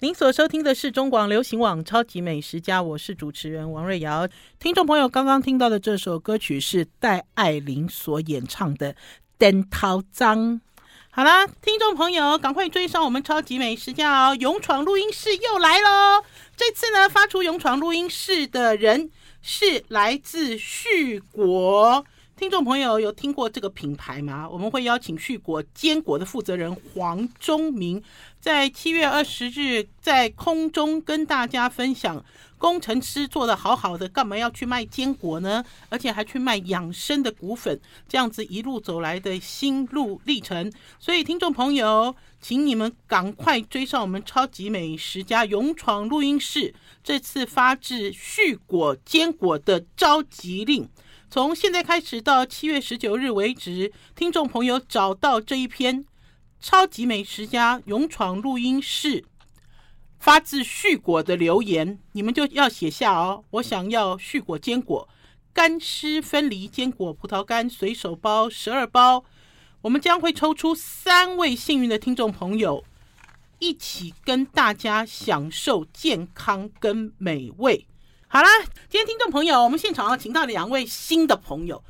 您所收听的是中广流行网《超级美食家》，我是主持人王瑞瑶。听众朋友刚刚听到的这首歌曲是戴爱玲所演唱的《灯涛脏》。好啦，听众朋友，赶快追上我们超级美食家哦！勇闯录音室又来喽！这次呢，发出勇闯录音室的人是来自旭国。听众朋友有听过这个品牌吗？我们会邀请旭国坚果的负责人黄忠明，在七月二十日在空中跟大家分享，工程师做的好好的，干嘛要去卖坚果呢？而且还去卖养生的骨粉，这样子一路走来的心路历程。所以，听众朋友，请你们赶快追上我们超级美食家勇闯录音室，这次发至旭果坚果的召集令。从现在开始到七月十九日为止，听众朋友找到这一篇《超级美食家勇闯录音室》发自旭果的留言，你们就要写下哦。我想要旭果坚果干湿分离坚果葡萄干随手包十二包，我们将会抽出三位幸运的听众朋友，一起跟大家享受健康跟美味。好啦，今天听众朋友，我们现场啊，请到两位新的朋友。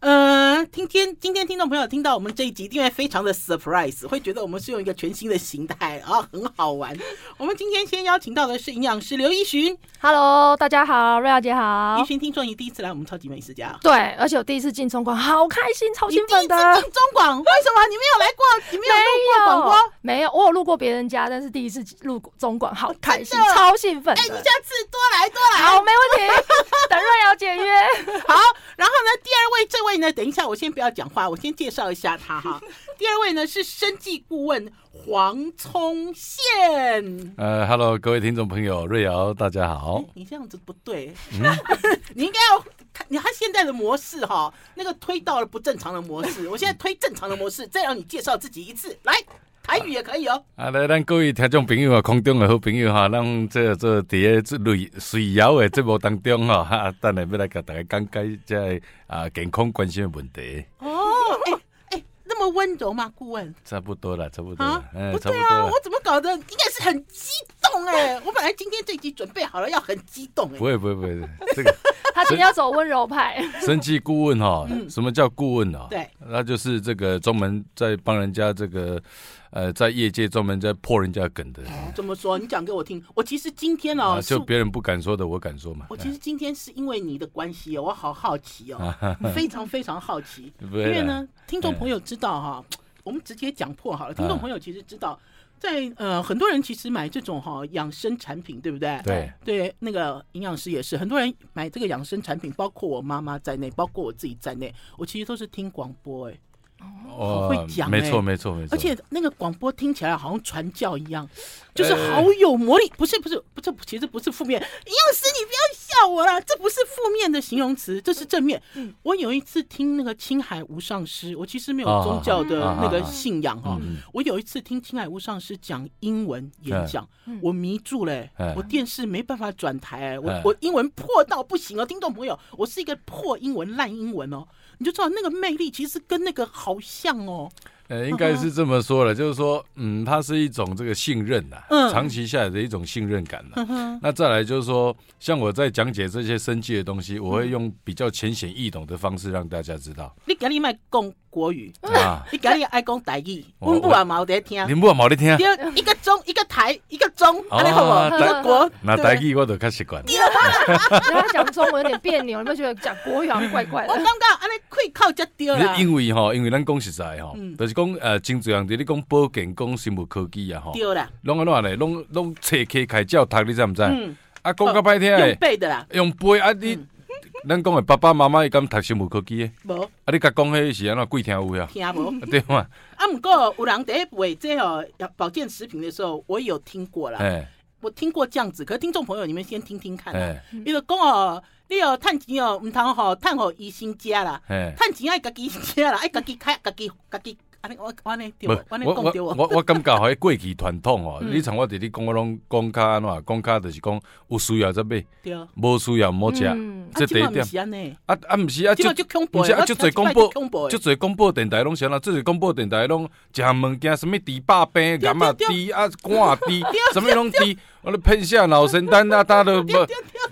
呃，听天今天听众朋友听到我们这一集，一定会非常的 surprise，会觉得我们是用一个全新的形态啊，很好 玩。我们今天先邀请到的是营养师刘一寻， Hello，大家好，瑞瑶姐好一。寻听说你第一次来我们超级美食家，对，而且我第一次进中广，好开心，超你第兴一次奋进的。中广，为什么你没有来过？你没有录过广播？没有，我有路过别人家，但是第一次路过中广，好开心真的，超兴奋哎、你的。下次多来多来。好，没问题，等瑞瑶姐约。好，然后呢，第二位这位呢，等一下，我先不要讲话，我先介绍一下他哈。第二位呢是生计顾问黄聪宪。呃，Hello，各位听众朋友，瑞瑶，大家好。你这样子不对，嗯 你应该要看你他现在的模式哈，那个推到了不正常的模 式，我现在推正常的模式，再让你介绍自己一次，来，台语也可以哦。啊，来，咱各位听众朋友啊，空中的好朋友哈、咱这这伫个这瑞瑞瑶的节目当中哈、哈、等下要来甲大家讲解这个啊健康关心的问题，哦，哎、哎、那么温柔吗？顾问差不多了，差不多啊了，，嗯，不差不对多啊，了我。怎么搞的？应该是很激动哎、我本来今天这集准备好了要很激动哎、不会不会不会，这个她今天要走温柔 派，生计顾问哈、什么叫顾问啊？对，那就是这个专门在帮人家这个，呃，在业界专门在破人家梗的，怎么说？你讲给我听。我其实今天哦，啊，是就别人不敢说的，我敢说嘛。我其实今天是因为你的关系哦，我好好奇哦，非常非常好奇。啊不因会啦哎为呢，听众朋友知道哈、我们直接讲破啊好了。听众朋友其实知道，在呃，很多人其实买这种哈、养生产品，对不对？对。对，那个营养师也是，很多人买这个养生产品，包括我妈妈在内，包括我自己在内，我其实都是听广播哎、哦，会讲没欸错没错没错，而且那个广播听起来好像传教一样，就是呃好有魔力。不是不是不是，其实不是负面。营养师，你不要笑我啦，这不是负面的形容词，这是正面。嗯我有一次听那个青海无上师，我其实没有啊宗教的啊啊那个啊信仰哈、嗯我有一次听青海无上师讲英文演讲，嗯我迷住嘞、嗯我电视没办法转台、哎我嗯我英文破到不行哦，听众朋友，我是一个破英文烂英文哦，你就知道那个魅力其实跟那个好像哦。呃，应该是这么说了，就是说，嗯，它是一种这个信任呐、嗯长期下来的一种信任感呐、嗯哼， 那再来就是说，像我在讲解这些生计的东西，我嗯会用比较浅显易懂的方式让大家 知道你今日卖讲国语，啊。你今日爱讲台语，我阮母也嘛有在听。哦啊你不要毛的听，对，啊一个钟，一个台，一个钟，安尼好无？台一个国，那台语我都较习惯。然后她讲中文有点别扭，你们觉得讲国语好像怪怪我的感？觉安尼开口才对啦。因为吼，因为咱讲实在吼啊嗯，就是讲呃，真侪人伫咧讲保健、讲生物科技啊吼，对啦，拢安怎咧，拢拢切开开照读，你知毋知？嗯，啊，讲较歹听用嗯诶，背的啦，用背啊你，咱讲诶爸爸妈妈伊敢读生物科技诶？无啊，你甲讲迄是安怎鬼听有呀？听无。啊对嘛？啊，不过有人在卖这哦保健食品的时候，我也有听过啦。哎我听过这样子，可是听众朋友你们先听听看啊。哎伊就讲哦，你哦趁钱哦，唔通吼趁互医生食啦，哎 趁钱爱家己食啦，爱家己开，家己家己安尼我我安尼对无无，我安尼我讲我对无？我我感觉吼，迄过去传统吼，嗯你像我伫你讲，我拢讲较安怎，讲较就是讲有需要则买，对。啊，无需要毋好食。嗯这第即一嘛毋点是安尼，啊啊，毋是啊，即就嘛就恐怖不是的，啊我这听多这摆广播就恐怖的即侪广播电台拢是安啦，即侪广播电台拢食物件，什物猪肉饼、对咸啊对猪啊、肝啊猪，什物拢猪，我咧喷下脑神丹啊，大家都无，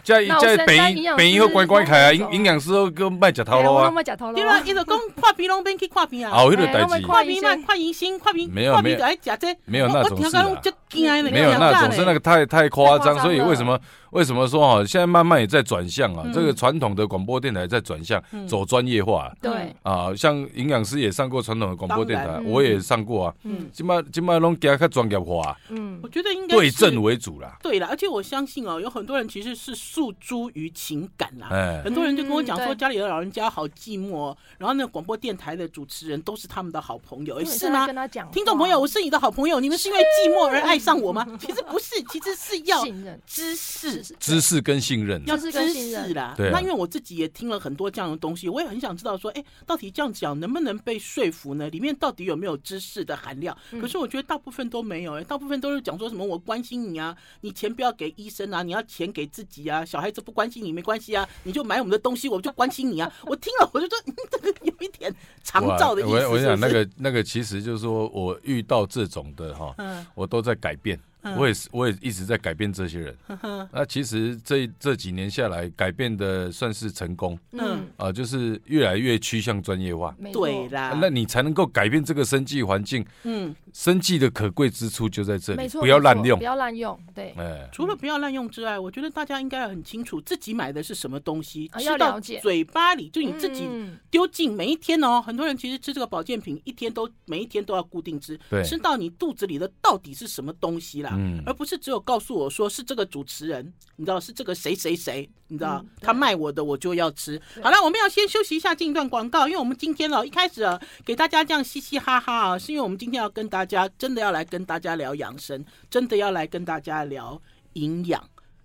这脑这神丹病营养病师好乖乖开啊，拢营走营养师都个卖食头哎路我啊拢，要食头路对啊 啦，伊就讲看病拢免去看病啊，后迄个代哎我志们。看看病医嘛生看医生，看病哦没有看没病有就爱食这，没有我那我种听事讲啊拢足惊的呢，没有那种是那个个太太夸张，所以太夸张了为什么为什么说哈、现在慢慢也在转向啊，嗯这个传统的广播电台在转向，嗯走专业化对，啊，像营养师也上过传统的广播电当台，然嗯我也上过啊，嗯今麦今麦拢加较专业化，嗯我，觉得应该对是症为主啦，对啦，而且我相信哦，有很多人其实是诉诸于情感啦。哎，很多人就跟我讲说，嗯对家里的老人家好寂寞哦、然后那广播电台的主持人都是他们的好朋友，哎，因为是你在吗跟？他讲话，听众朋友，我是你的好朋友，你们是因为寂寞而爱上我吗？ 其实不是，其实是要信任，知识，知识跟信任啊，要知识知跟信任识啦。对啊那因为我自己也听了很多这样的东西，我也很想知道说，哎，到底这样讲能不能被说服呢？里面到底有没有知识的含量？嗯可是我觉得大部分都没有、哎，大部分都是讲说什么我关心你啊，你钱不要给医生啊，你要钱给自己啊，小孩子不关心你没关系啊，你就买我们的东西，我就关心 你啊。我听了我就说，嗯，这个有一点长哇照的意思是我不我是想那个那个其实就是说我遇到这种的哈、嗯我都在改变，嗯我也是我也一直在改变这些人。呵呵那其实这这几年下来，改变的算是成功嗯，啊、就是越来越趋向专业化。没错对，啦，那你才能够改变这个生计环境，嗯，生计的可贵之处就在这里没，错，不要没错滥用不。要滥用，对，哎，除了不要滥用之外，我觉得大家应该很清楚自己买的是什么东西，啊吃要到了解嘴巴里就你自己嗯丢进每一天哦。很多人其实吃这个保健品，一天都每一天都要固定吃，对吃到你肚子里的到底是什么东西啦，嗯而不是只有告诉我说是这个主持人，你知道是这个谁谁谁，你知道、嗯对他卖我的我就要吃。对好了，我们要先休息一下，进一段广告，因为我们今天哦一开始啊给大家这样嘻嘻哈哈啊，是因为我们今天要跟大家真的要来跟大家聊养生，真的要来跟大家聊营养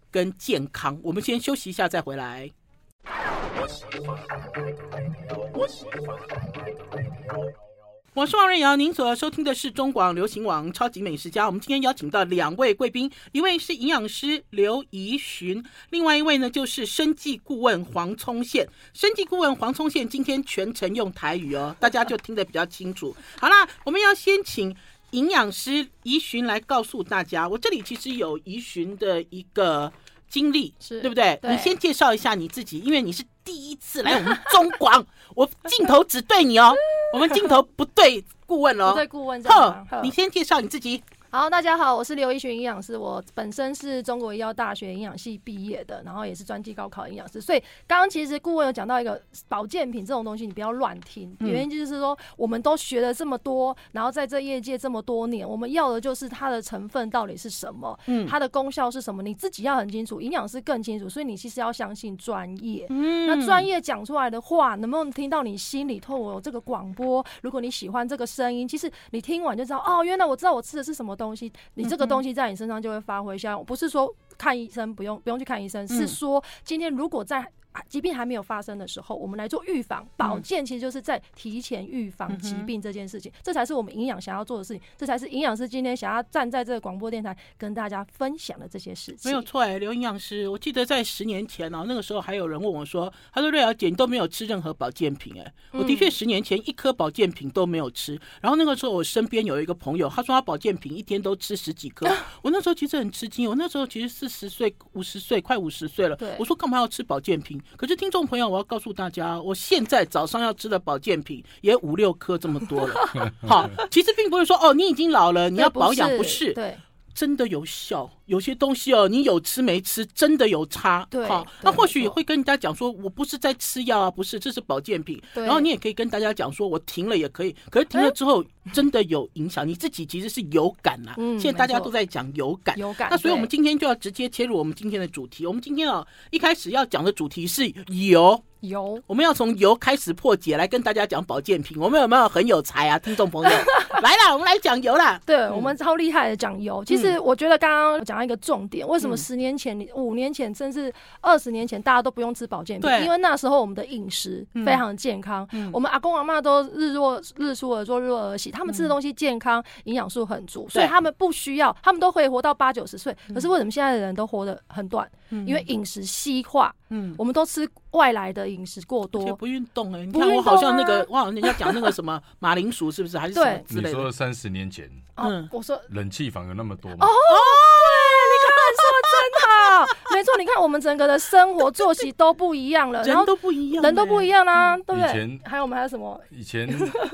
跟健康。我们先休息一下再回来。我是王瑞瑶，您所收听的是中广流行网《超级美食家》。我们今天邀请到两位贵宾，一位是营养师刘怡寻，另外一位呢就是生计顾问黄聪宪。生计顾问黄聪宪今天全程用台语哦，大家就听得比较清楚。好啦，我们要先请营养师怡寻来告诉大家，我这里其实有怡寻的一个经历，是对不对？对你先介绍一下你自己，因为你是第一次来我们中广，我镜头只对你哦，我们镜头不对顾问不哦。对顾问这样呵吗，呵你先介绍你自己。好，大家好，我是刘一群营养师，我本身是中国医药大学营养系毕业的，然后也是专技高考营养师。所以刚刚其实顾问有讲到一个保健品这种东西，你不要乱听，嗯原因就是说我们都学了这么多，然后在这业界这么多年，我们要的就是它的成分到底是什么，嗯它的功效是什么，你自己要很清楚，营养师更清楚，所以你其实要相信专业。嗯那专业讲出来的话，能不能听到你心里头？我有这个广播，如果你喜欢这个声音，其实你听完就知道，哦，原来我知道我吃的是什么东西。你嗯这个东西在你身上就会发挥效用，不是说看医生不用不用去看医生，嗯是说今天如果在。啊疾病还没有发生的时候，我们来做预防嗯保健，其实就是在提前预防疾病这件事情，这才是我们营养想要做的事情，这才是营养师今天想要站在这个广播电台跟大家分享的这些事情。没有错哎，刘营养师，我记得在十年前哦，那个时候还有人问我说，他说瑞瑶姐你都没有吃任何保健品哎，我的确十年前一颗保健品都没有吃，然后那个时候我身边有一个朋友，他说他保健品一天都吃十几颗，我那时候其实很吃惊，我那时候其实四十岁、五十岁、快五十岁了对，我说干嘛要吃保健品？可是听众朋友，我要告诉大家，我现在早上要吃的保健品也五六颗这么多了，好，其实并不是说哦你已经老了你对要保养，不是，对，真的有效，有些东西哦，你有吃没吃，真的有差。对好对，那或许没也错会跟人家讲说，我不是在吃药啊，不是，这是保健品。对然后你也可以跟大家讲说，我停了也可以，可是停了之后真的有影响，你自己其实是有感啊。嗯现在大家没错都在讲有感。有感。那所以，我们对今天就要直接切入我们今天的主题。我们今天哦，一开始要讲的主题是油，油。我们要从由开始破解，来跟大家讲保健品。我们有没有很有才啊，听众 朋友？来啦，我们来讲油啦。对、我们超厉害的讲油，嗯其实我觉得刚刚讲到一个重点，为什么十年前、你五年前，甚至二十年前，大家都不用吃保健品对？嗯因为那时候我们的饮食非常健康，我们阿公阿妈都日落日出而作，日落而息，他们嗯吃的东西健康，营养素很足，所以他们不需要，他们都可以活到八九十岁。嗯可是为什么现在的人都活得很短？因为饮食西化，嗯，我们都吃外来的饮食过而且多。不运动哎、你不看我运好动像那啊个，我好像人家讲那个什 么马铃薯是不是，还是什么对之你类的？说三十年前嗯啊，我说冷气房有那么多哦吗？啊，没错，你看我们整个的生活作息都不一样了，呃然人后都不一样、欸人都不一。样啦、对不以对前？还有我们还有什么？以前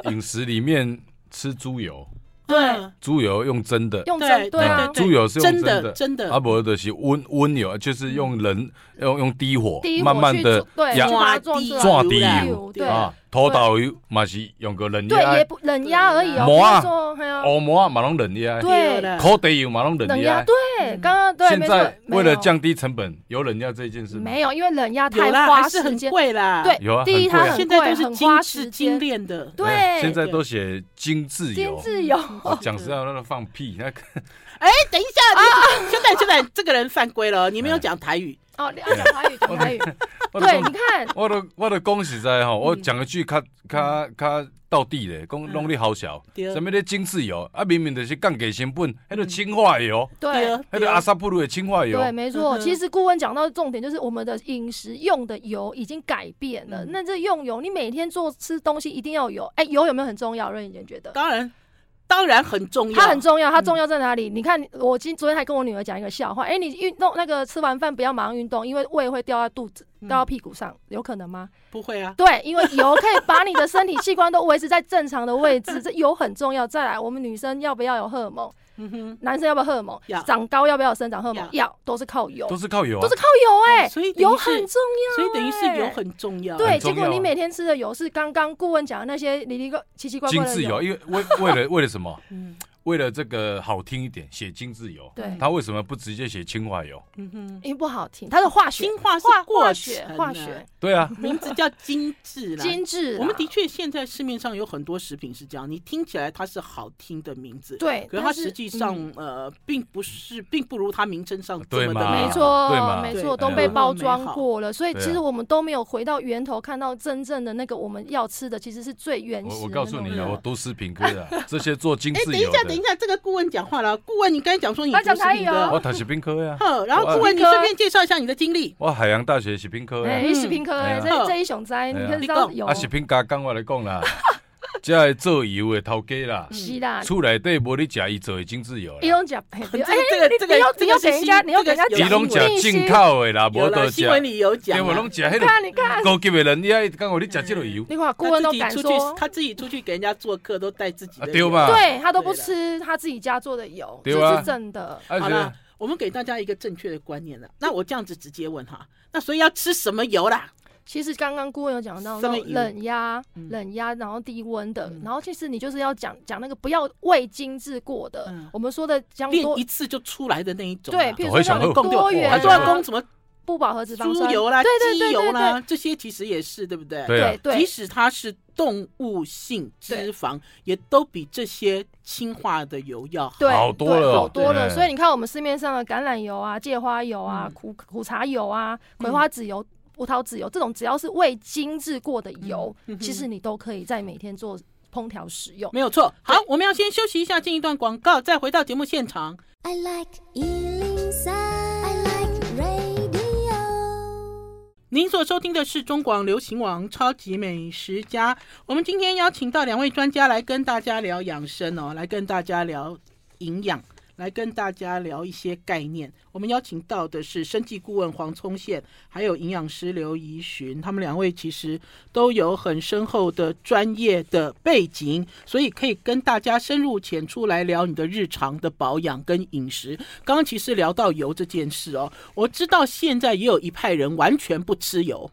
饮食里面吃猪油，对，猪油用蒸的，用对针对对啊对，猪油是用真的的，啊真的阿伯的是温温油，就是用人用用低火第一，慢火慢去的煮，对，压去把它撞出抓来。撞底油对啊，土豆油嘛是用个冷对，压也，不冷压而已哦，磨啊不是说还有欧摩嘛拢啊冷压，哦对对了烤地油嘛拢冷冷压，压。对，嗯刚刚对，现没错在，没有为了降低成本，有冷压这件事吗？没有，因为冷压有太啦，花还是时很间，贵啦。对有啊，第一很贵啊哎它现在都很是贵精很花致时精间炼的。对，现在都写精致精油。致油，我哦讲实在话，那放 屁，那个哎、等一下， 现在现在这个人犯规了，哦你没哎有讲台语。哦，你要讲台语，讲台语， 我都对，嗯讲你看，我都我都讲实在吼，我讲一句较较嗯较到底的，讲拢你好笑，对什么咧精致油啊，明明就是降低成本，迄个氢化油，嗯对，对迄个阿萨布鲁的氢化油，对，没嗯错。哼其实顾问讲到重点，就是我们的饮食用的油已经改变了。嗯那这用油，你每天做吃东西一定要有油。哎、油有没有很重要？任以前觉得当然当然很重要，它很重要，它重要在哪里？你看，我今昨天还跟我女儿讲一个笑话。哎、你运动那个吃完饭不要马上运动，因为胃会掉在肚子、嗯掉到屁股上，有可能吗？不会啊？对，因为油可以把你的身体器官都维持在正常的位置，这油很重要。再来，我们女生要不要有荷尔蒙？嗯哼，男生要不要荷尔蒙要？长高要不要有生长荷尔蒙？要要，都是靠油，都是靠油啊都是，靠油哎、哦所以等于油是很重要、哎所以等于是油很重要。对，很结重要果啊你每天吃的油是刚刚顾问讲的那些里里个奇奇怪精怪的致油，因为 为为了为了什么？嗯为了这个好听一点，写精致油，对，他为什么不直接写氢化油？嗯哼，因为不好听，它是化学精化是化过化程学啊化 学对 啊，名字叫精致啦。精致啦，我们的确现在市面上有很多食品是这样，你听起来它是好听的名字，对，可是它但是实际上、嗯呃并不是，并不如它名称上这对么的嘛美没好。错对嘛，没啊对哎错，都嗯被包装过了，所以对啊其实我们都没有回到源头，看到真正的那个我们要吃的，其实是最原始我的我那告种诉油。你啊，我读食品科的 啊，这些做精哦哎、致等一油下，等一的，下，这个顾问讲话了。顾问，你刚才讲说你他讲读食品台语哦的我，读食品科呀，呵，然后我顾问，你我顺便介绍一下你的经历。我海洋大学食品科呀。哎，食品科哎，嗯嗯这这一熊灾，哎你呀可以知道你有啊，食品加工我来 讲啦，即个做油的头家啦，嗯是啦，厝内底无你食伊做的精 致油你啦，用讲，哎，这你个这个这你要个这你个要是给人家，新你要给人家这伊个讲是拢英文食进口的啦，无有啦，得新闻食，里有讲因为啊。拢食迄你个看你看，高级的人，你爱讲我你食即落油，你看顾他问自都己敢出去说，，他自己出去给人家做客都带自己的啊油。对吧对他都不对啦吃他自己家做的油，对这啊是真的。啊嗯好了，我们给大家一个正确的观念了。那我这样子直接问哈，那所以要吃什么油啦？其实刚刚顾问有讲到什那么种油嗯冷压、冷压，然后低温的，然后其实你就是要讲讲那个不要未精制过的，嗯我们说的讲练多一次就出来的那一种啊。对，譬我会如说想那喝种多元他啊、说要供什么不饱和脂肪猪酸油啦、对对鸡对油对啦，这些其实也是对不对？对啊对对即使它是动物性脂肪，也都比这些氢化的油要好。对，好多了哦对好多了。对所以你看，我们市面上的橄榄油啊、芥花油啊嗯、苦苦茶油啊、葵花籽油、葡萄籽油这种，只要是未精制过的油，嗯嗯哼其实你都可以在每天做烹调使用。没有错。好对，我们要先休息一下，进一段广告，再回到节目现场。 I like Ealing Sound. I like radio. 您所收听的是中广流行网《超级美食家》，我们今天邀请到两位专家来跟大家聊养生哦，来跟大家聊营养，来跟大家聊一些概念。我们邀请到的是生计顾问黄聪宪，还有营养师刘怡寻，他们两位其实都有很深厚的专业的背景，所以可以跟大家深入浅出来聊你的日常的保养跟饮食。刚刚其实聊到油这件事哦，我知道现在也有一派人完全不吃油，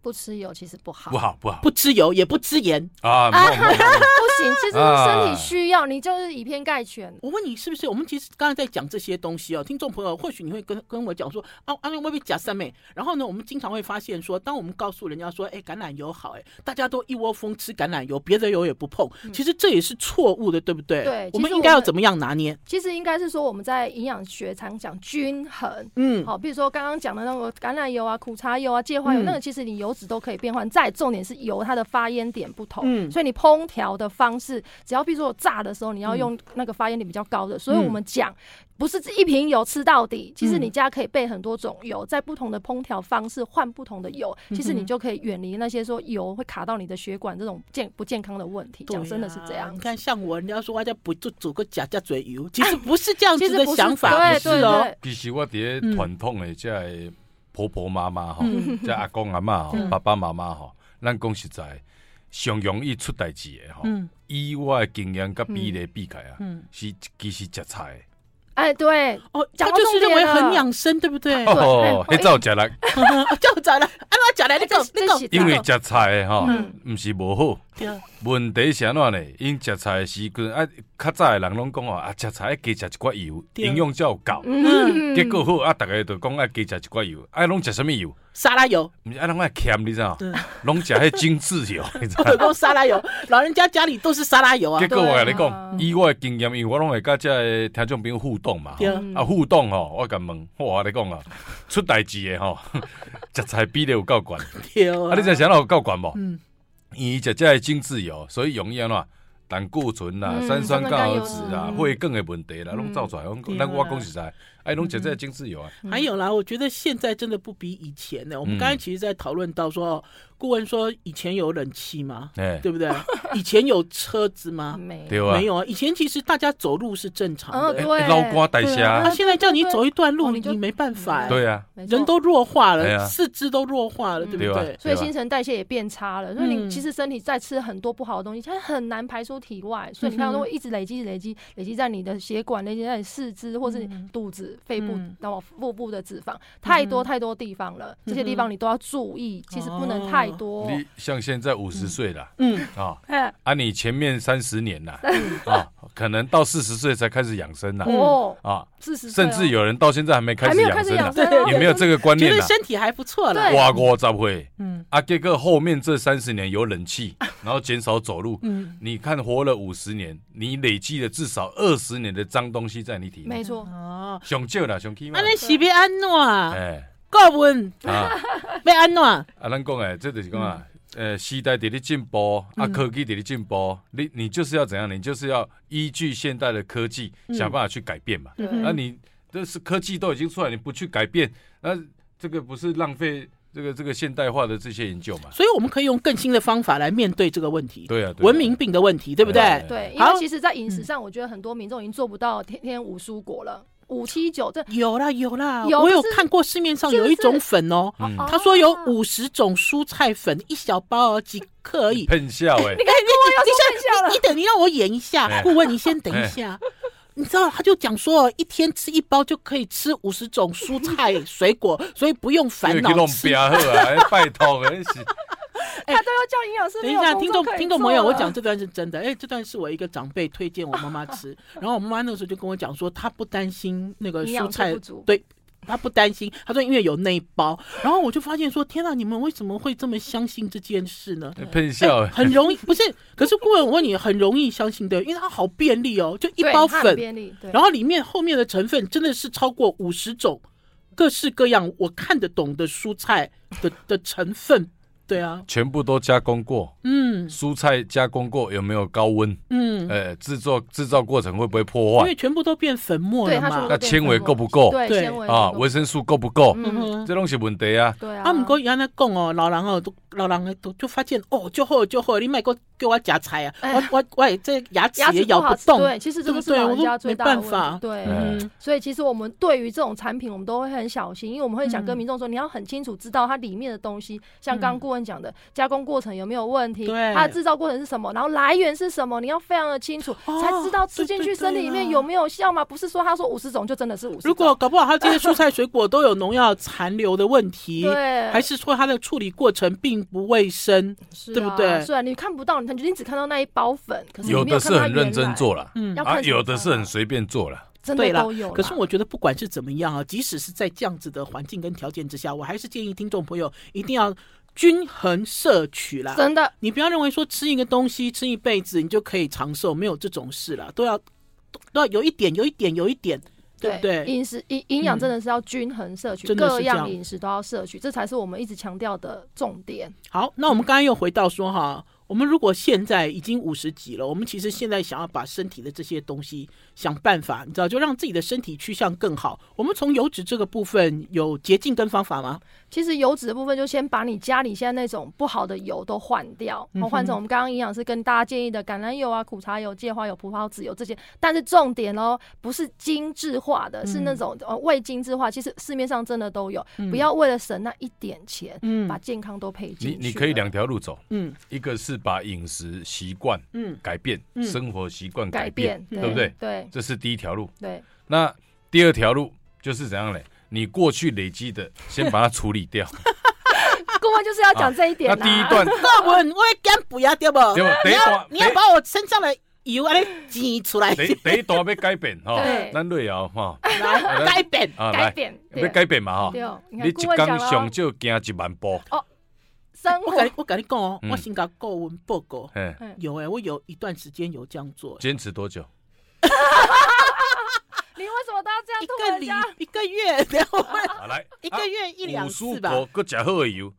不吃油其实不好，不好不好不吃油也不吃盐。啊，莫 莫不行，其实啊身体需要，你就是以偏概全。我问你是不是？我们其实刚才在讲这些东西哦，听众朋友，或许你会跟跟我讲说啊，啊，会不会假三妹？然后呢，我们经常会发现说，当我们告诉人家说，哎，橄榄油好，哎，大家都一窝蜂吃橄榄油，别的油也不碰，其实这也是错误的，对不对？嗯对其实我们应我该要们怎么样拿捏？其实应该是说我们在营养学常讲均衡。嗯，好，比如说刚刚讲的那个橄榄油啊、苦茶油啊、芥花油，嗯那个其实你油脂都可以变换。再重点是油它的发烟点不同，嗯所以你烹调的方式，只要比如说我炸的时候，你要用那个发烟点比较高的。所以嗯我们讲不是一瓶油吃到底，其实你家可以备很多种油，在不同的烹调方式换不同的油，其实嗯哼你就可以远离那些说油会卡到你的血管这种健不健康的问题。对讲真的是这呀样你子。看，像我，人家说我在补就煮个假假嘴油，其实不是这样其子实的不是想法，对不对是哦。对，其实我伫咧传统诶，即系婆婆妈妈吼，嗯 即阿公阿嬷嗯吼，爸爸妈妈吼，咱讲实在上容易出代志诶吼。嗯以我诶经验甲比例比起来啊，嗯，是其实食菜哎，对，哦，讲他到就是重认点为很了养生，对不对？ 的哦哦，哎迄早食力，就咋了？按我讲来，那个这那这个是因为食菜诶吼嗯，毋是无好。对，问题是安怎呢？因食菜诶时阵啊，较早诶人拢讲哦，啊，食菜要加食一寡油，对营养才有够。嗯 嗯，结果好啊，逐个就讲爱加食一寡油，啊，拢食什物油？沙拉 油，毋是啊，拢爱欠你知影？对，拢食迄精致油，你知我道老公沙拉油，老人家家里都是沙拉油啊结。果我甲你对啊讲，以我的经验，因为我拢会甲遮个听众朋友互动嘛，对吼啊互动吼，我甲问，我甲你讲啊， 出代志的吼， 食材比例有够悬，啊对你知影啥有够悬无？嗯，伊食遮个精致油，所以容易安怎？胆固醇啦、嗯三酸甘油酯三酸甘啊油、脂嗯血梗的问题啦，拢走出来。对啊拢啦咱我讲实在，哎，拢食遮个精致油啊，还有啦，我觉得现在真的不比以前呢。我们嗯刚才其实，在讨论到说，哦顾问说以前有冷气吗？哎，对不 对？以前有车子吗？没对啊没，有啊，以前其实大家走路是正常嗯，的。对，哎老瓜代谢啊他现在叫你走一段路，哦你就你没办法哎。对啊，没错人都弱化哎了，呀四肢都弱化了，对不对啊对？，所以对啊新陈代谢也变差了，所以嗯你其实身体再吃很多不好的东西，它很难排出 体外。所以你嗯看，哼如果一直累积、累积、累积在你的血管、累积在你四肢或是你肚子、肺部嗯、然后腹部的脂肪，太多太多地方了，这些地方你都要注意，其实不能太多。哦你像现在五十岁啦，嗯，啊，哎啊，你前面三十年呐，啊，可能到四十岁才开始养生呐，哦，啊，四十甚至有人到现在还没开还始没有养开始生养呐，生对啊，生也没有这个观觉念得呐。身体还不错了。对哇，我咋会？嗯啊，结果后面这三十年有冷气，然后减少走路，嗯，你看活了五十年，你累积了至少二十年的脏东西在你体内，没错，哦，上少啦，上起码安，尼是要安怎啊？哎，顾问啊。要安怎？啊，咱讲诶，这就是讲啊，呃，时代伫咧进步，啊，科技伫咧进步，你你就是要怎样？你就是要依据现代的科技嗯想办法去改变嘛。对嗯那你这是科技都已经出来，你不去改变，那这个不是浪费这个这个现代化的这些研究嘛？所以我们可以用更新的方法来面对这个问题，对啊，对啊文明病的问题，对不哎对？对，因好嗯为其实，在饮食上，我觉得很多民众已经做不到天天五蔬果了，五七九这。有啦有啦，有我有可是看过市面上是不有一种是粉哦，嗯哦他说有五十种蔬菜粉，一小包哦，几克而已。喷笑欸诶，哎你看，你你要说像你你等，你让我演一下。哎顾问，你先等一下。你知道，他就讲说，一天吃一包就可以吃五十种蔬菜水果，所以不用烦又去恼弄吃饼好啊，哎拜托诶，是他都要叫营养师。哎等没一有下，啊工听作众可以听众朋友，做我了讲这段是真的。哎，这段是我一个长辈推荐我妈妈 吃，然后我妈妈那个时候就跟我讲说，她不担心那个营蔬养菜素不足对。她不担心，她说因为有那一包，然后我就发现说，天哪，你们为什么会这么相信这件事呢？喷笑欸哎诶，很容易， 不是？可是顾问，我问你，很容易相信的，因为它好便利哦，就一对包它很粉，便利，对，然后里面后面的成分真的是超过五十种，各式各样我看得懂的蔬菜的的成分。对啊，全部都加工过，嗯蔬菜加工过有没有高温？嗯，呃，制作制造过程会不会破因坏为？全部都变粉末对了它全部嘛那。都变纤维粉够末不够对对纤维啊，够维生素够不够？嗯嗯哼，这拢是问题啊。对啊，啊，毋过伊安尼讲哦，老人哦都老人的就就发现哦，就好就好，你买个给我夹菜啊，哎我我我这牙齿牙也齿咬好吃动，对，其实对这个不是对老我人都家最没大的办问法题。对，嗯所以其实我们对于这种产品，我们都会很小心，因为我们会想跟嗯民众说，你要很清楚知道它里面的东西，像嗯刚刚顾问讲的，加工过程有没有问题，对它的制造过程是什么，然后来源是什么，你要非常的清楚，哦才知道吃对进对去身体对里面啦有没有效嘛？不是说他说五十种就真的是五十。如果搞不好它这些蔬菜水果都有农药残留的问题，对，还是说它的处理过程并不卫生？是对不啊对虽然你看不到，你看你只看到那一包粉，可是你有嗯没的看是到它很认原真来做了，嗯要啊，看什么有的是方法很随便做了。真对的啦都有啦。可是我觉得不管是怎么样啊，即使是在这样子的环境跟条件之下，我还是建议听众朋友一定要均衡摄取啊啦。真的你不要认为说吃一个东西吃一辈子你就可以长寿，没有这种事啦，都要都都要有一点，有一点，有一点，对不对？饮食营营嗯养真的是要均衡摄取，真的是各这样样饮食都要摄取，这才是我们一直强调的重点。好，那我们刚刚又回到说哈，我们如果现在已经五十几了，我们其实现在想要把身体的这些东西想办法，你知道，就让自己的身体趋向更好。我们从油脂这个部分有捷径跟啊方法吗？其实油脂的部分，就先把你家里现在那种不好的油都换掉，嗯然哼后换成我们刚刚营养师跟大家建议的橄榄油啊、苦茶油、芥花油、葡萄籽油这些。但是重点哦，不是精致化嗯的，是那种呃未精致化。其实市面上真的都有，不要为了省那一点钱，嗯把健康都配进你去。你可以。两条路走，嗯一个是把饮食习惯嗯改变，嗯生活习惯改改变，对对不对对这是第一条路。对，那第二条路就是怎样嘞？你过去累积的，先把它处理 掉。 顾问就是要讲这一点啊。那第一 段，那我我敢不要掉不？对吧？第一段，你要第把我身上的油啊挤出来，第第一段要改变哈对，咱瑞瑶哈来改变。啊改哦来，变，要对改变嘛哈。对，哦你你一看顾问讲天了上哦，少行一万步，生我跟活嗯你我跟你讲哦，嗯我先搞过文报告，哎，有哎、我有一段时间有这样做、欸坚持多哦久？你为什么都要这样一吐个人礼家？一个月，然后我啊来， 一个月一两次吧。五搁食好的油，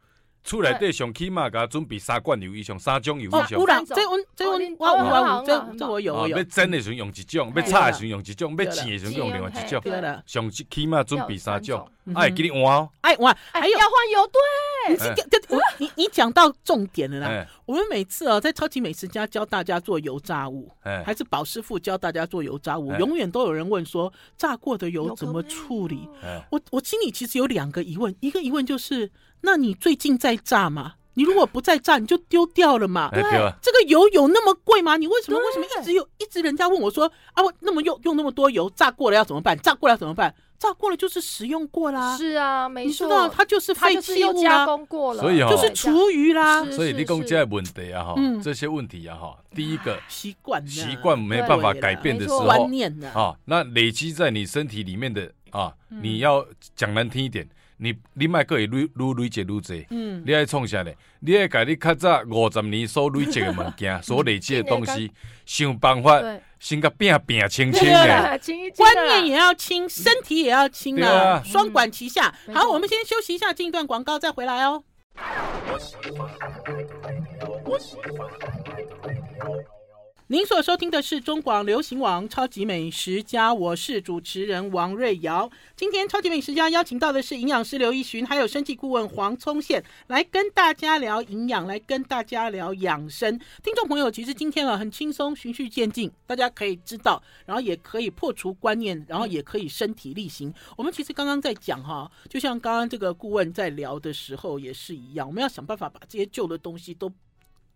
厝内底上起码甲准备三罐油以上，三种油哦以，上哦有。啦，三种这我这我哦你我有哦很啊，好有这很好这我有我有要。蒸的时候用一种，嘿要炒的时候用一种，要煎的时候用另外一种，对了，上起码准备三种嗯，哼哎，给你换哦。哎哇，哎，还有要换油对，你这个这我你你讲到重点了啦。哎我们每次啊在超级美食家教大家做油炸物，哎还是宝师傅教大家做油炸物，哎永远都有人问说炸过的油怎么有个味处理？哎，我我心里其实有两个疑问，一个疑问就是，那你最近在炸吗？你如果不在炸，你就丢掉了嘛。哎对啊，这个油有那么贵吗？你为什么对为什么一直有一直人家问我说啊，我那么用用那么多油，炸过了要怎么办？炸过了要怎么办？炸过了就是食用过啦，是啊，没你知错，道它就是它废就是弃又物加啦，工哦过了，所以哦就是厨余啦，是所以你讲是这个问题啊哈嗯，这些问题啊哈，第一个习惯啦习惯没办法改变的时对候观念呢，哦啊，那累积在你身体里面的啊，你要讲难听一点，你你卖个会累累累积愈济。嗯，你爱创啥咧？你爱家你较早五十年所累积的物件，所累积的东西，想办法对，先甲变变清清对的。啊轻一轻观的啦念也要清，身体也要清对嗯啊双管齐下。没好，错我们先休息一下，进一段广告再回来哦。您所收听的是中广流行网《超级美食家》，我是主持人王瑞瑶。今天《超级美食家》邀请到的是营养师刘一寻，还有生计顾问黄聪宪，来跟大家聊营养，来跟大家聊养生。听众朋友，其实今天啊很轻松，循序渐进，大家可以知道，然后也可以破除观念，然后也可以身体力行。我们其实刚刚在讲哈，就像刚刚这个顾问在聊的时候也是一样，我们要想办法把这些旧的东西都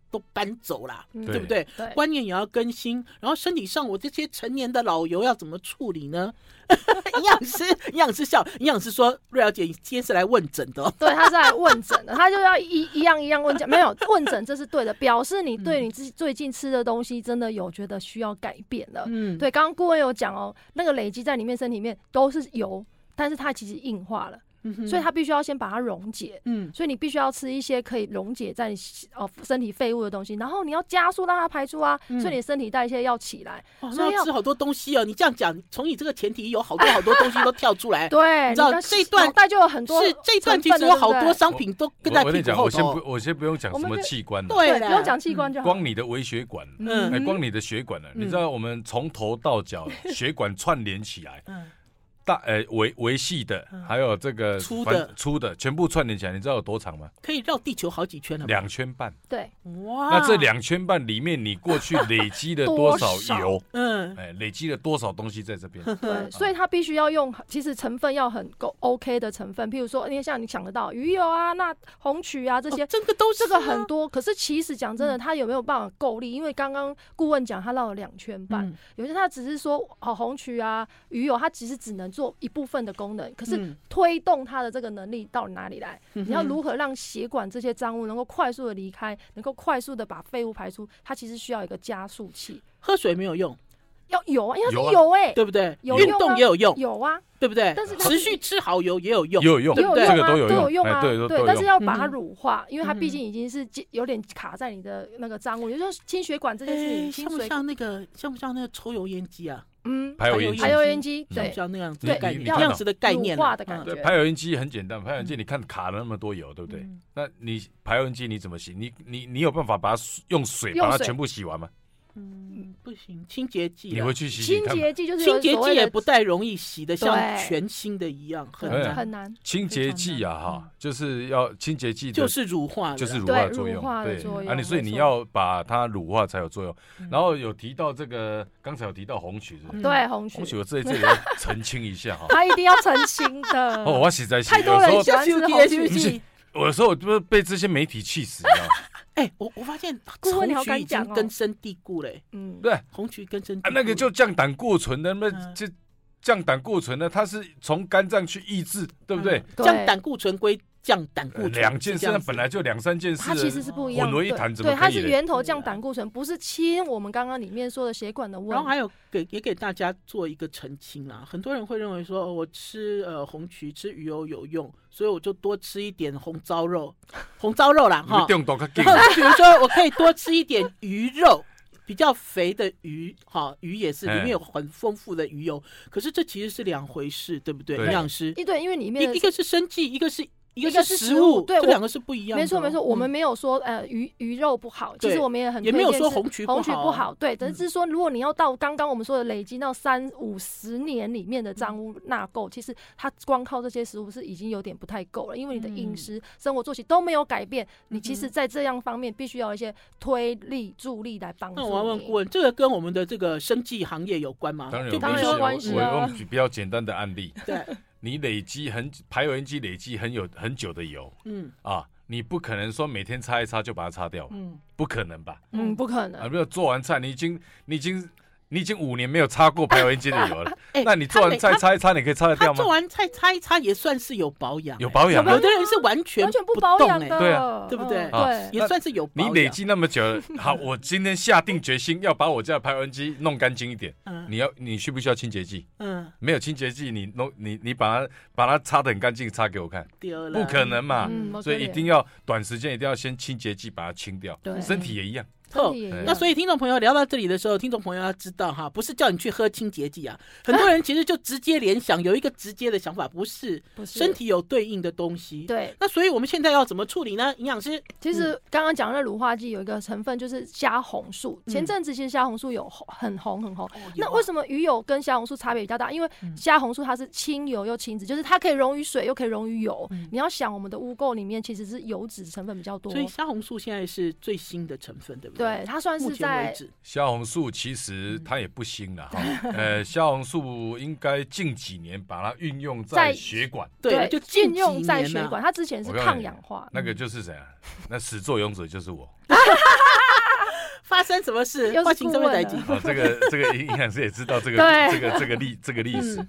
都搬走啦，嗯对不对？对观念也要更新，然后身体上我这些成年的老油要怎么处理呢？ 营养师，营养师笑，营养师说：“瑞瑶姐，你今天是来问诊的、哦。对，他是来问诊的，他就要一一样一样问诊，没有问诊这是对的，表示你嗯对你自己最近吃的东西真的有觉得需要改变了”。嗯，对，刚刚顾问有讲哦，那个累积在里面身体里面都是油，但是它其实硬化了，对所以它必须要先把它溶解。嗯所以你必须要吃一些可以溶解在你哦身体废物的东西，然后你要加速让它排出啊，嗯所以你的身体代谢要起来。哇，嗯所那以要要吃好多东西哦。你这样讲，从你这个前提有好多好多东西都跳出 来。对，哎你知道的这一段脑袋就有很多是这一段成其分实了有对好不多对商品都跟在我我跟屁股你讲，后我先头不，。我先不用讲我什们么就器官了，哦对对，啦不用讲器官就好。光哎你的微血管，嗯哎，光你的血管了，嗯你知道我们从头到脚血管串联起来，嗯大呃维维系的，还有这个粗反的嗯粗的，全部串联起来，你知道有多长吗？可以绕地球好几圈了吧。两圈半。对，哇，那这两圈半里面，你过去累积了多多少少油？嗯哎，累积了多少东西在这边？对，所以它必须要用，其实成分要很够 OK 的成分，譬如说，因为像你想得到鱼油啊、那红曲啊这些哦，这个都是这个啊嗯很多。可是其实讲真的，它有没有办法够力？因为刚刚顾问讲他绕了两圈半，嗯有些他只是说哦红曲啊、鱼油，它其实只能做一部分的功能，可是嗯推动它的这个能力到哪里来？嗯你要如何让血管这些脏物能够快速的离开，能够快速的把废物排出？它其实需要一个加速器，喝水没有用，要有啊，因为它有啊是有哎、对不对？有运用动啊也有用，有啊，对不对？但是它持续吃好油也有用也。 有用，也有对用这啊，个都有用有用啊，哎对都都有但是用要把它嗯乳化，因为它毕嗯竟已经是进有点卡在你的那个脏物，也就是心血管这件事哎，像情，心不水，像那个像不像那个抽油烟机啊？嗯，排油烟还机有还有烟机，像嗯对不，像那样子你的概你念？你那看样到子的概念乳啊化的感嗯觉对，排油烟机很简单，排油烟机你看卡了那么多油，对不对？嗯那你排油烟机你怎么洗？你你你有办法把它水用水用把它水全部洗完吗？嗯，不行，清洁剂啊。你回去洗洗清看吧。洁剂就是清有洁所剂谓也的不太容易洗的像对全新的一样，很对啊难，很难，清洁剂啊，嗯哈，就是要清洁剂的就是乳化了，就是乳化的作乳用化，的对作用啊，你所以没错你嗯要把它乳化才有作用。然后有提到这个，刚才有提到红曲，是不嗯是对，红曲红，曲我这里这里要澄清一下哈。它一定要澄清的。 哦，我实在是太多有时人候喜欢吃就是红就是曲不是剂，我有时候我就是被这些媒体气死，你知道吗？哎，我我发现顾问你红好曲敢已讲经哦根深蒂固嘞，嗯，对啊，红曲根深蒂固那个就降胆固醇的，那嗯这降胆固醇呢，它是从肝脏去抑制，对不对？嗯降胆固醇归降胆固呃醇，两件是事这样啊子本来就两三件事啊，它其实是不一样混的，为一谈对，怎么对，可以它是嘞源头对降啊胆固醇，不是清我们刚刚里面说的血管的问然后题。还有给也给大家做一个澄清啦，很多人会认为说，哦、我吃呃红曲吃鱼油有用，所以我就多吃一点红糟肉， 红糟肉啦你哈们。中毒较 紧然后比如说我可以多吃一点鱼肉，比较肥的鱼哈，鱼也是里哎面有很丰富的鱼油，可是这其实是两回事，对不对？营对养师一对，因为里一面的一个是生计，一个是一个一个是是食食物对这我两个是不一样的哦。没错没错，我们嗯没有说呃鱼鱼肉不好，对其实我们也很也没有推荐说是红曲不红曲好啊不好，对，但是说如果你要到刚刚我们说的累积到三五十年里嗯面的脏污纳垢，其实它光靠这些食物是已经有点不太够了，因为你的饮嗯食、生活作息都没有改变，你其实在这样方面必须要一些推力助力来帮助那你。我要问顾问，这个跟我们的这个生计行业有关吗？当然就有比当如然说有关系我啊用举比较简单的案例， 对，你累积很排油烟机累积很有很久的油嗯啊，你不可能说每天擦一擦就把它擦掉，嗯。不可能吧？嗯，不可啊，能，比如做完菜，你已经你已经你已经五年没有擦过排油烟机的油了 哎，那你做他每完菜他擦一擦，你可以擦得他掉做吗？完菜擦一擦也算是有保养、有保养有啊，的人是完全完全不不保养动的，欸对啊对不对啊嗯对，也算是有保你养。累积那么久 了，好，我今天下定决心要把我家的排油烟机弄干净一点。嗯你要你需不需要清洁剂？嗯，没有清洁剂，你弄你你把它把它擦得很干净，擦给我看，丢了，不可能嘛。嗯，不所以可一能定要短时间一定要先清洁剂把它清掉，对身体也一样。身哦体也一对那样所以，听众朋友聊到这里的时候，听众朋友要知道哈，不是叫你去喝清洁剂啊。很多人其实就直接联想，有一个直接的想法，不是不是身体有对应的东西。 对。那所以我们现在要怎么处理呢？营养师，其实刚刚讲的乳化剂有一个成分就是虾红素，嗯前阵子其实虾红素有红很红很红。那为么什么鱼油跟虾红素差别比较大？因为嗯虾红素它是清油又清脂，就是它可以溶于水又可以溶于油。你要想我们的污垢里面其实是油脂成分比较多嗯所，以虾红素现在是最新的成分，对不对，？它算目是前为在止，虾红素其实它也不新了哈，嗯呃，虾红素应该近几年把它运用在在血管，对，就近禁几用在年血啊管，它之前是我告诉抗你氧化。那个就是谁 啊？那始作俑者就是我发生什么事？又是化情这顾位问代了 金，啊！这个这个营养师也知道这个对嗯这个这个历这个历史，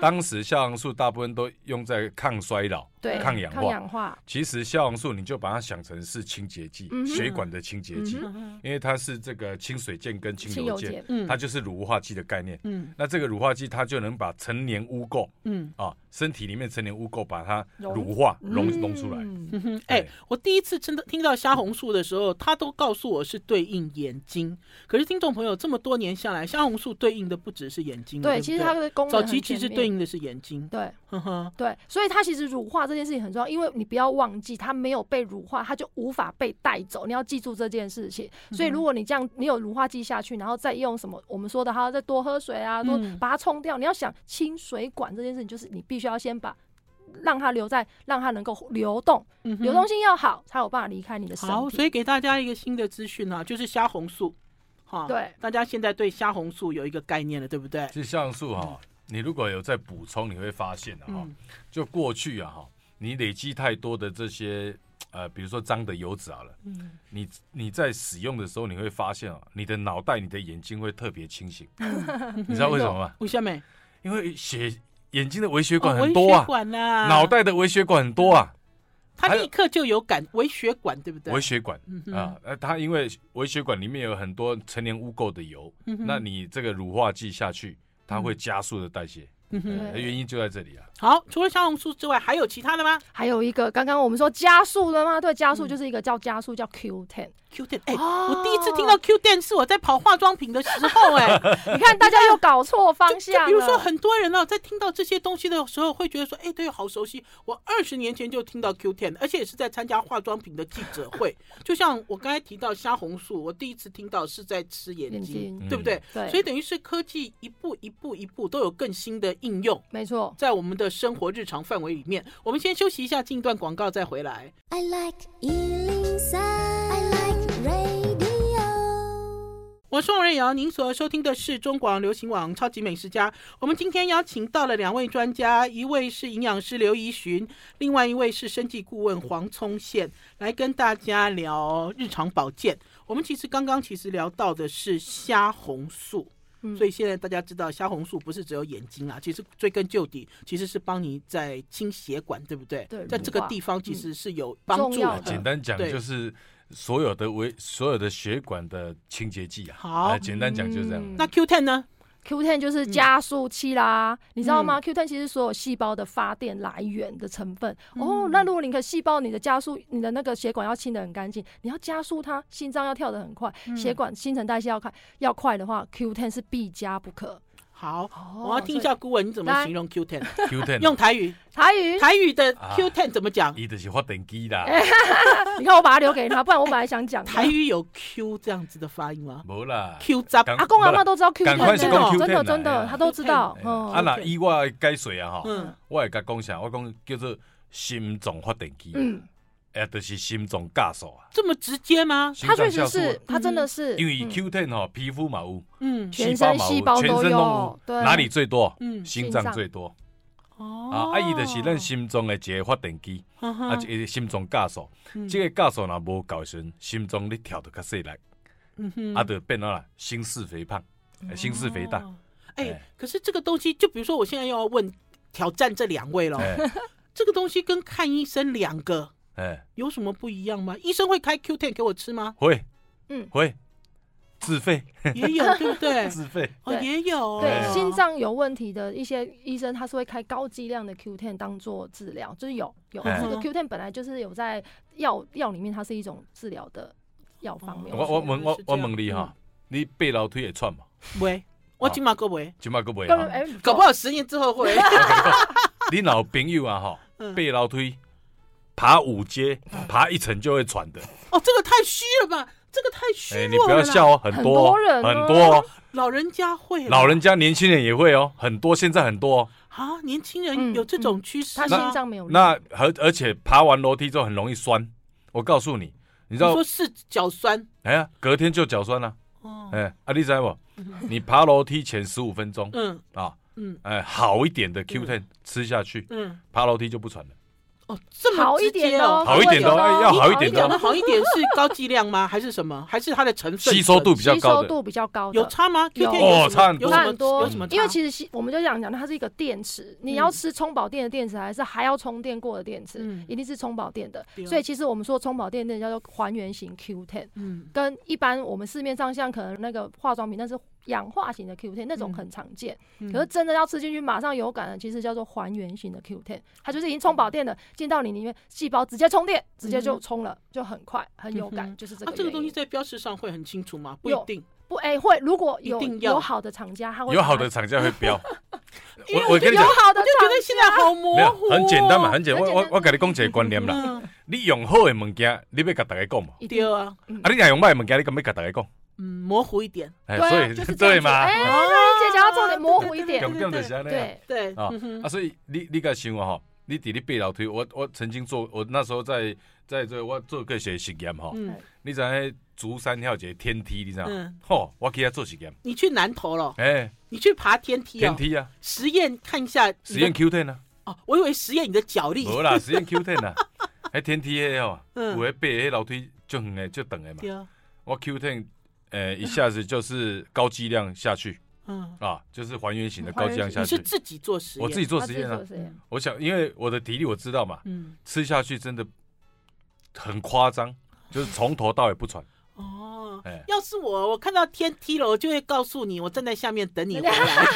当时虾红素大部分都用在抗衰老、对，抗氧抗化。氧化，其实虾红素你就把它想成是清洁剂，嗯哼血管的清洁剂，嗯因为它是这个清水键跟清清油油键键，嗯它就是乳化剂的概念。嗯那这个乳化剂它就能把成年污垢嗯啊身体里面成年污垢把它溶乳化、溶嗯溶出来。嗯哼，哎、对我第一次真的听到虾红素的时候，他都告诉我是对应眼睛。可是听众朋友这么多年下来，虾红素对应的不只是眼睛嘛，对对，不其实它的功能早很期其实全面对应的是眼睛，对呵呵，对，所以它其实乳化这件事情很重要，因为你不要忘记，它没有被乳化，它就无法被带走。你要记住这件事情。嗯所以如果你这样，你有乳化剂下去，然后再用什么我们说的，还要再多喝水啊，多嗯把它冲掉。你要想清水管这件事情，就是你必须要先把。让它留在，让它能够流动，嗯哼流动性要好，才有办法离开你的身体。好，所以给大家一个新的资讯啊，就是虾红素，哈，对，大家现在对虾红素有一个概念了，对不对？其实酵素哈，你如果有在补充，你会发现啊，哈嗯就过去啊哈，你累积太多的这些呃，比如说脏的油脂好了，嗯，你你在使用的时候，你会发现啊，你的脑袋、你的眼睛会特别清醒，嗯你知道为什么吗？吴夏美，因为血眼睛的微血管哦很多微啊血，管呐、脑，袋的微血管很多啊，它还有立刻就有感微血管，对不对？微血管嗯哼啊，呃，它因为微血管里面有很多成年污垢的油，嗯哼那你这个乳化剂下去，它会加速的代谢，嗯哼呃原因就在这里啊。好，除了虾红素之外，还有其他的吗还有一个，刚刚我们说加速了吗？对，嗯加速就是一个叫加速，叫 Q10。 ？Q 电，哎、哦我第一次听到 Q 电是我在跑化妆品的时候、哎，你看大家又搞错 方向就了。比如说很多人哦，在听到这些东西的时候，会觉得说，哎、对，好熟悉。我二十年前就听到 Q 1 0而且也是在参加化妆品的记者 会。就像我刚才提到虾红素，我第一次听到是在吃眼眼睛，睛嗯对不对？对所以等于是科技一步一步一步都有更新的应用。没错，在我们的生活日常范围里面，我们先休息一下，进一段广告再回来。 I like Ealing Sound. I like radio. 我是王瑞瑶，您所收听的是中广流行网《超级美食家》。我们今天邀请到了两位专家，一位是营养师刘怡寻，另外一位是生计顾问黄聪宪，来跟大家聊日常保健。我们其实刚刚其实聊到的是虾红素。嗯所以现在大家知道，虾红素不是只有眼睛啦，啊其实追根究底，其实是帮你在清血管，对不对？对在这个乳化地方其实是有帮助重要的啊，。简单讲对就是所有的微所有的血管的清洁剂啊。好啊简单讲就是这样。嗯那 Q Ten 呢？ Q10 就是加速器啦，你知道吗？Q10 其实所有细胞的发电来源的成分。哦，那如果你的细胞、你的加速、你的那个血管要清的很干净，你要加速它，心脏要跳得很快，血管新陈代谢要快，要快的话，Q10 是必加不可。好，哦我要听一下顾问你怎么来形容 Q Ten。 Q ten 用台语，台语，台语的啊 Q ten 怎么讲？一的是发电机啦，哎你看我把它留给他，不然我本来想讲的台语有 Q 这样子的发音吗无啦。 ？Q 杂刚阿公阿没妈啦都知道赶快 Q10，是真讲的真的 Q10 啦真哎的，他都知道。哎嗯啊那以我的解水啊哈，嗯我会甲讲啥？我讲叫做心脏发电机，嗯，哎，就是心脏加速啊。这么直接吗？心他脏确实酵素啊是，他真的是，因为嗯 Q ten 哈，皮肤嘛有，嗯，全胞身嘛细胞全都身有有，，对，哪里最多？嗯心心脏脏最多哦啊！啊，伊就是咱心脏的一个发电机，啊，一个心脏加速。这个个加速若无够的时阵，心脏咧跳得较细力，嗯啊，就变啊啦，心室肥胖，呃心室肥大。。哎哎，可是这个东西，就比如说我现在又要问挑战这两位了，哎这个东西跟看医生两个哎，？有什么不一样吗？医生会开 Q ten 给我吃吗 会，嗯会，自费，也有，对不 对？自费。哦，对也有。对哎心脏有问题的一些医生，他是会开高剂量的 Q10 当做治疗，就是有有哎这个 Q10 本来就是有在药药里面，它是一种治疗的药方面。哦我我原来问是我这我样问你哈，你爬楼梯会喘无？喂，我今嘛够喂，即摆佫袂根本哈。哎，搞不好十年之后 会。你老朋友啊哈，嗯爬楼梯，爬五阶，爬一层就会喘的。哦，这个太虚了吧？这个太虚哎，弱了。你不要笑，哦，很多很哦多人哦很多哦，老人家会啦，老人家、年轻人也会哦，很多现在很多哦。啊，年轻人嗯有这种趋势啊他吗？心脏没有力。那而而且爬完楼梯之后很容易酸，我告诉你，你你知道说是脚酸哎呀，隔天就脚酸了、哦，哎、啊，你知道不？嗯你爬楼梯前十五分钟嗯啊，嗯哎，好一点嗯的 Q ten 吃下去，嗯，爬楼梯就不喘了。哦，这么好直一接点的哦，哦。好一点的哦各位哎要好一点你的哦讲的好一点是高剂量吗？ 还是什么？还是它的成分吸收度比吸较高收的，度比较高的有差吗？Q 有天哦差很多有差什很么多有什么差？因为其实吸我们就想讲，它是一个电池，你要吃充饱电的电池，还是还要充电过的电池，嗯一定是充饱电的对。啊所以其实我们说充饱电的电池叫做还原型 Q10，嗯跟一般我们市面上像可能那个化妆品，但是氧化型的 Q10，那种嗯很常见。嗯可是真的要吃进去马上有感的，其实叫做还原型的 Q10，它就是已经充饱电的，进到你里面细胞直接充电，直接就充了，就很快很有嗯感，哼就是这啊个，这个原东西因。在标识上会很清楚吗？不一有定，不，哎，会如果有一定要有好的厂家，他会有好把的厂家会 标。因为我我跟有你讲，好我的就啊觉厂得现在好模没有糊哦，很简单嘛，很简单。很我简我单我跟你讲一个观念啦，嗯，你用好的物件，你要甲大家讲嘛；一定对啊，啊，你若用歹物件，你敢要甲大家讲？嗯，模糊一点，哎，对啊所就以是这样 对子嘛，哎啊瑞姐讲要重点模糊一点重点就是安尼啊。对，对，啊嗯哼啊，所以你你敢想啊吼，你伫你爬楼梯，我我曾经做，我那时候在在这我做过一些实验吼，嗯你知影竹山遐有一个天梯，你知影？嗯，吼，我去遐做实验，你去南投了，哎，你去爬天梯天哦，梯啊，实验看一下你的实验 Q ten 啊，哦，我以为实验你的脚力，无啦，实验 Q ten 啊，迄天梯迄吼，嗯有诶爬迄楼梯足远诶，足长诶嘛对，啊，我 Q ten 呃一下子就是高剂量下去嗯，啊，就是还原型的高剂量下你是去。自己做实验，我自己做他自实己验啊做，实验，我想，因为我的体力我知道嘛，嗯，吃下去真的很夸张，就是从头到尾不喘。哦哎，要是我，我看到天梯了，我就会告诉你，我站在下面等你回 来，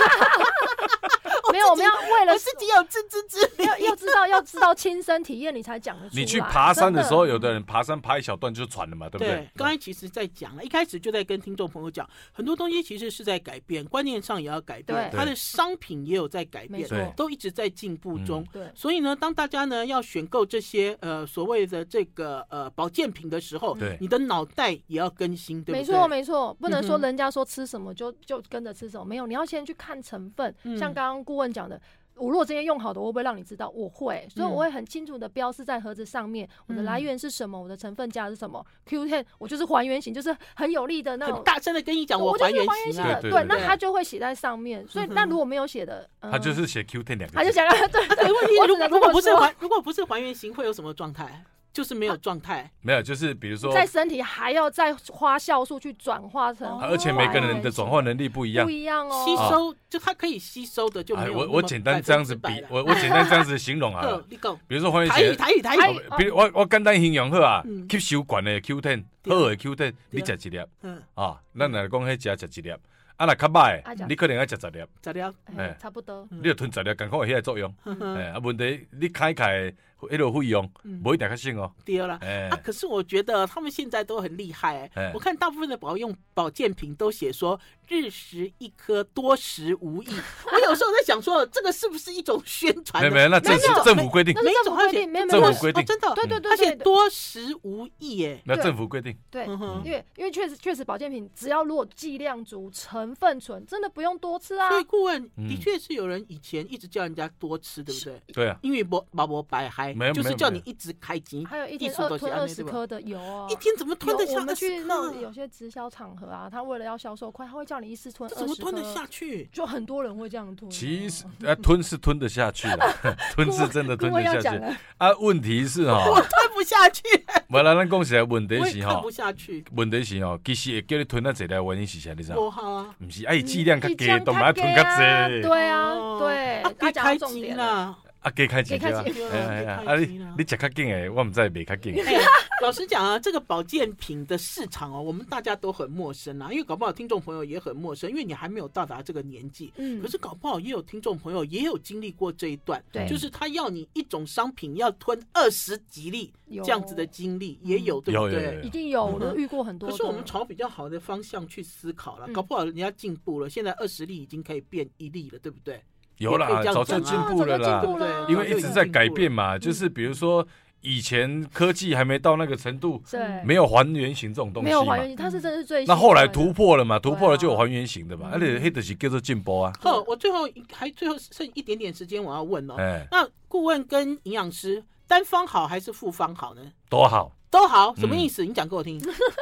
没有，我们要为我了自己有自知之明，要要知道要知道亲身体验，你才讲得出来。你去爬山的时候，真有的人爬山爬一小段就喘了嘛，对不嗯对？刚才其实在讲了，一开始就在跟听众朋友讲，很多东西其实是在改变，观念上也要改变，对它的商品也有在改没变错，对都一直在进步中。嗯对所以呢，当大家呢要选购这些呃所谓的这个呃保健品的时候，对你的脑袋也要更新，对不对？没错，没错，不能说嗯哼人家说吃什么就就跟着吃什么，没有，你要先去看成分。嗯像刚刚顾问讲的，我如果今天用好的，我会不会让你知道？我会，所以嗯我会很清楚的标示在盒子上面，我的来源是什么，我的成分价是什么。Q ten 我就是还原型，就是很有力的那种很。大声的跟你讲，对我就还是原还原型型啊的，对对对那对他就会写在上面。所以嗯哼那如果没有写的，嗯他就是写 Q ten 两他个就字，想让对对，哎问题我如果只能如这果么不是说还如果不是还原型，会有什么状态？就是没有状态。没有，就是比如说，在啊身体还要再花酵素去转化成哦还原型，而且每个人的转换能力不一样不。一样哦，吸收、就它可以吸收的就没哎，有我那我么简单这样子比百分之，百了我我简单这样子形容啊， 够你够比如说还台语原型，台语台台语语，比如我我简单形容好啊嗯，吸收管的 Q ten，对好的 Q ten，对你食一粒嗯，啊，咱若讲迄食食一粒，啊若较歹啊的吃，你可能要食十粒，咋了？哎哎差不多。嗯你要吞十粒，赶快有迄个作用。呵 呵哎，啊，问题你开开迄个费用，嗯无一定较省哦。对了。哎啊，，可是我觉得他们现在都很厉害、哎我看大部分的保用保健品都写说日食一颗，多食无 益。我有时候在想说，这个是不是一种宣传的？没有没有，那政没有府政府规定那，每是一政种府而规且定，没有没政有府没有，规定哦、真的，对对对而且对多食无益哎耶。那对政府规定，对，嗯哼因为因为确实确实保健品只要如果剂量足、成分纯，真的不用多吃啊。所以顾问嗯的确是有人以前一直叫人家多吃，对不对？对啊，因为不把我白嗨没，有就是没有叫没你有一直开机，还有一艺天术二都是吞安二内十对吧颗的油啊一，天怎么吞得有我下们二去十啊那种克？有些直销场合啊，他为了要销售快，他会叫你一次吞这二怎么十吞得颗，下去？就很多人会这样吞啊。其实啊吞是吞得下去的，吞是真的顾吞问得要下讲去了，啊。问题是 我哈，吞不下去，本来咱讲起来问题我也是看哈不，下去。问题是哦，其实会叫你吞啊，这的原因是啥？你知道？我好啊，唔是，啊，伊剂量较你低这，样都嘛吞较啊济，对啊哦，对啊，他别讲开到重机点。啦！啊，加开钱啊加开钱，哎哎哎加啊开钱你啊你食较紧诶，我毋知袂较 紧的。哎，老实讲啊，这个保健品的市场哦，我们大家都很陌生啊，因为搞不好听众朋友也很陌生，因为你还没有到达这个年纪。嗯可，是搞不好也有听众朋友也有经历过这一段，对就是他要你一种商品要吞二十几粒有嗯这样子的经历也有，对不有有有对？一定有，我嗯都遇过很多可的。是我们朝比较好的方向去思考了，嗯搞不好人家进步了，现在二十粒已经可以变一粒了，对不对？有啦，早就进步了啦啊早就进步。了因为一直在改变嘛，就是比如说以前科技还没到那个程度，对没有还原型这种东哎没西有嘛还。原型，它是真的是最新那的后来突破了嘛，突破了对啊就有还原型的嘛，而哎且黑的是叫做进步啊。好，我最后一还最后剩一点点时间，我要问哦，哎，那顾问跟营养师单方好还是复方好呢？多好，都好，嗯什么意思？你讲给我 听。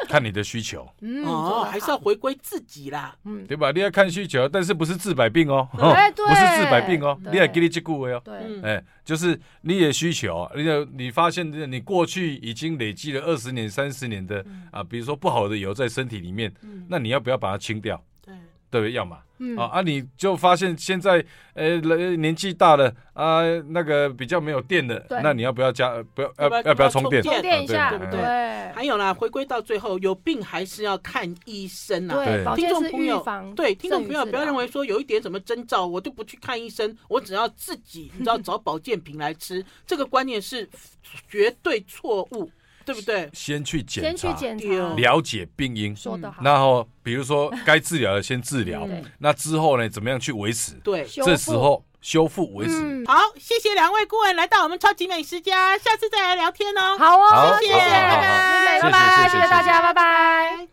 看你的需求，嗯哦，还是要做得好回归自己啦。嗯对吧？你要看需求，但是不是治百病哦， 哎对 不是治百病哦，对你要给你这句话哦。对嗯，哎，就是你的需求，你的你发现你过去已经累积了二嗯十年、三十年的啊，比如说不好的油在身体里面，那你要不要把它清掉？对，对不对？要嘛嗯啊啊，你就发现现在呃人年纪大了啊，那个比较没有电了，对那你要不要加？呃不要要不要要要不要要充充电？充电电一下，啊对不对对还有啦，回归到最后，有病还是要看医生啊。对对，保听健众是朋预友防，对，听众朋友胜于治不要疗认为说有一点什么征兆，我就不去看医生，我只要自己，你知道找保健品来吃，这个观念是绝对错误，对不对？先去检先去查，哦嗯检查，丢了解病因，说得好，然后比 如说该治疗的先治疗嗯，那之后呢，怎么样去维持？对，修这复时候修复维持。嗯，好，谢谢两位顾问来到我们超级美食家，下次再来聊天哦。好哦，好谢谢，好好好拜谢拜，谢谢谢谢谢大家，拜拜。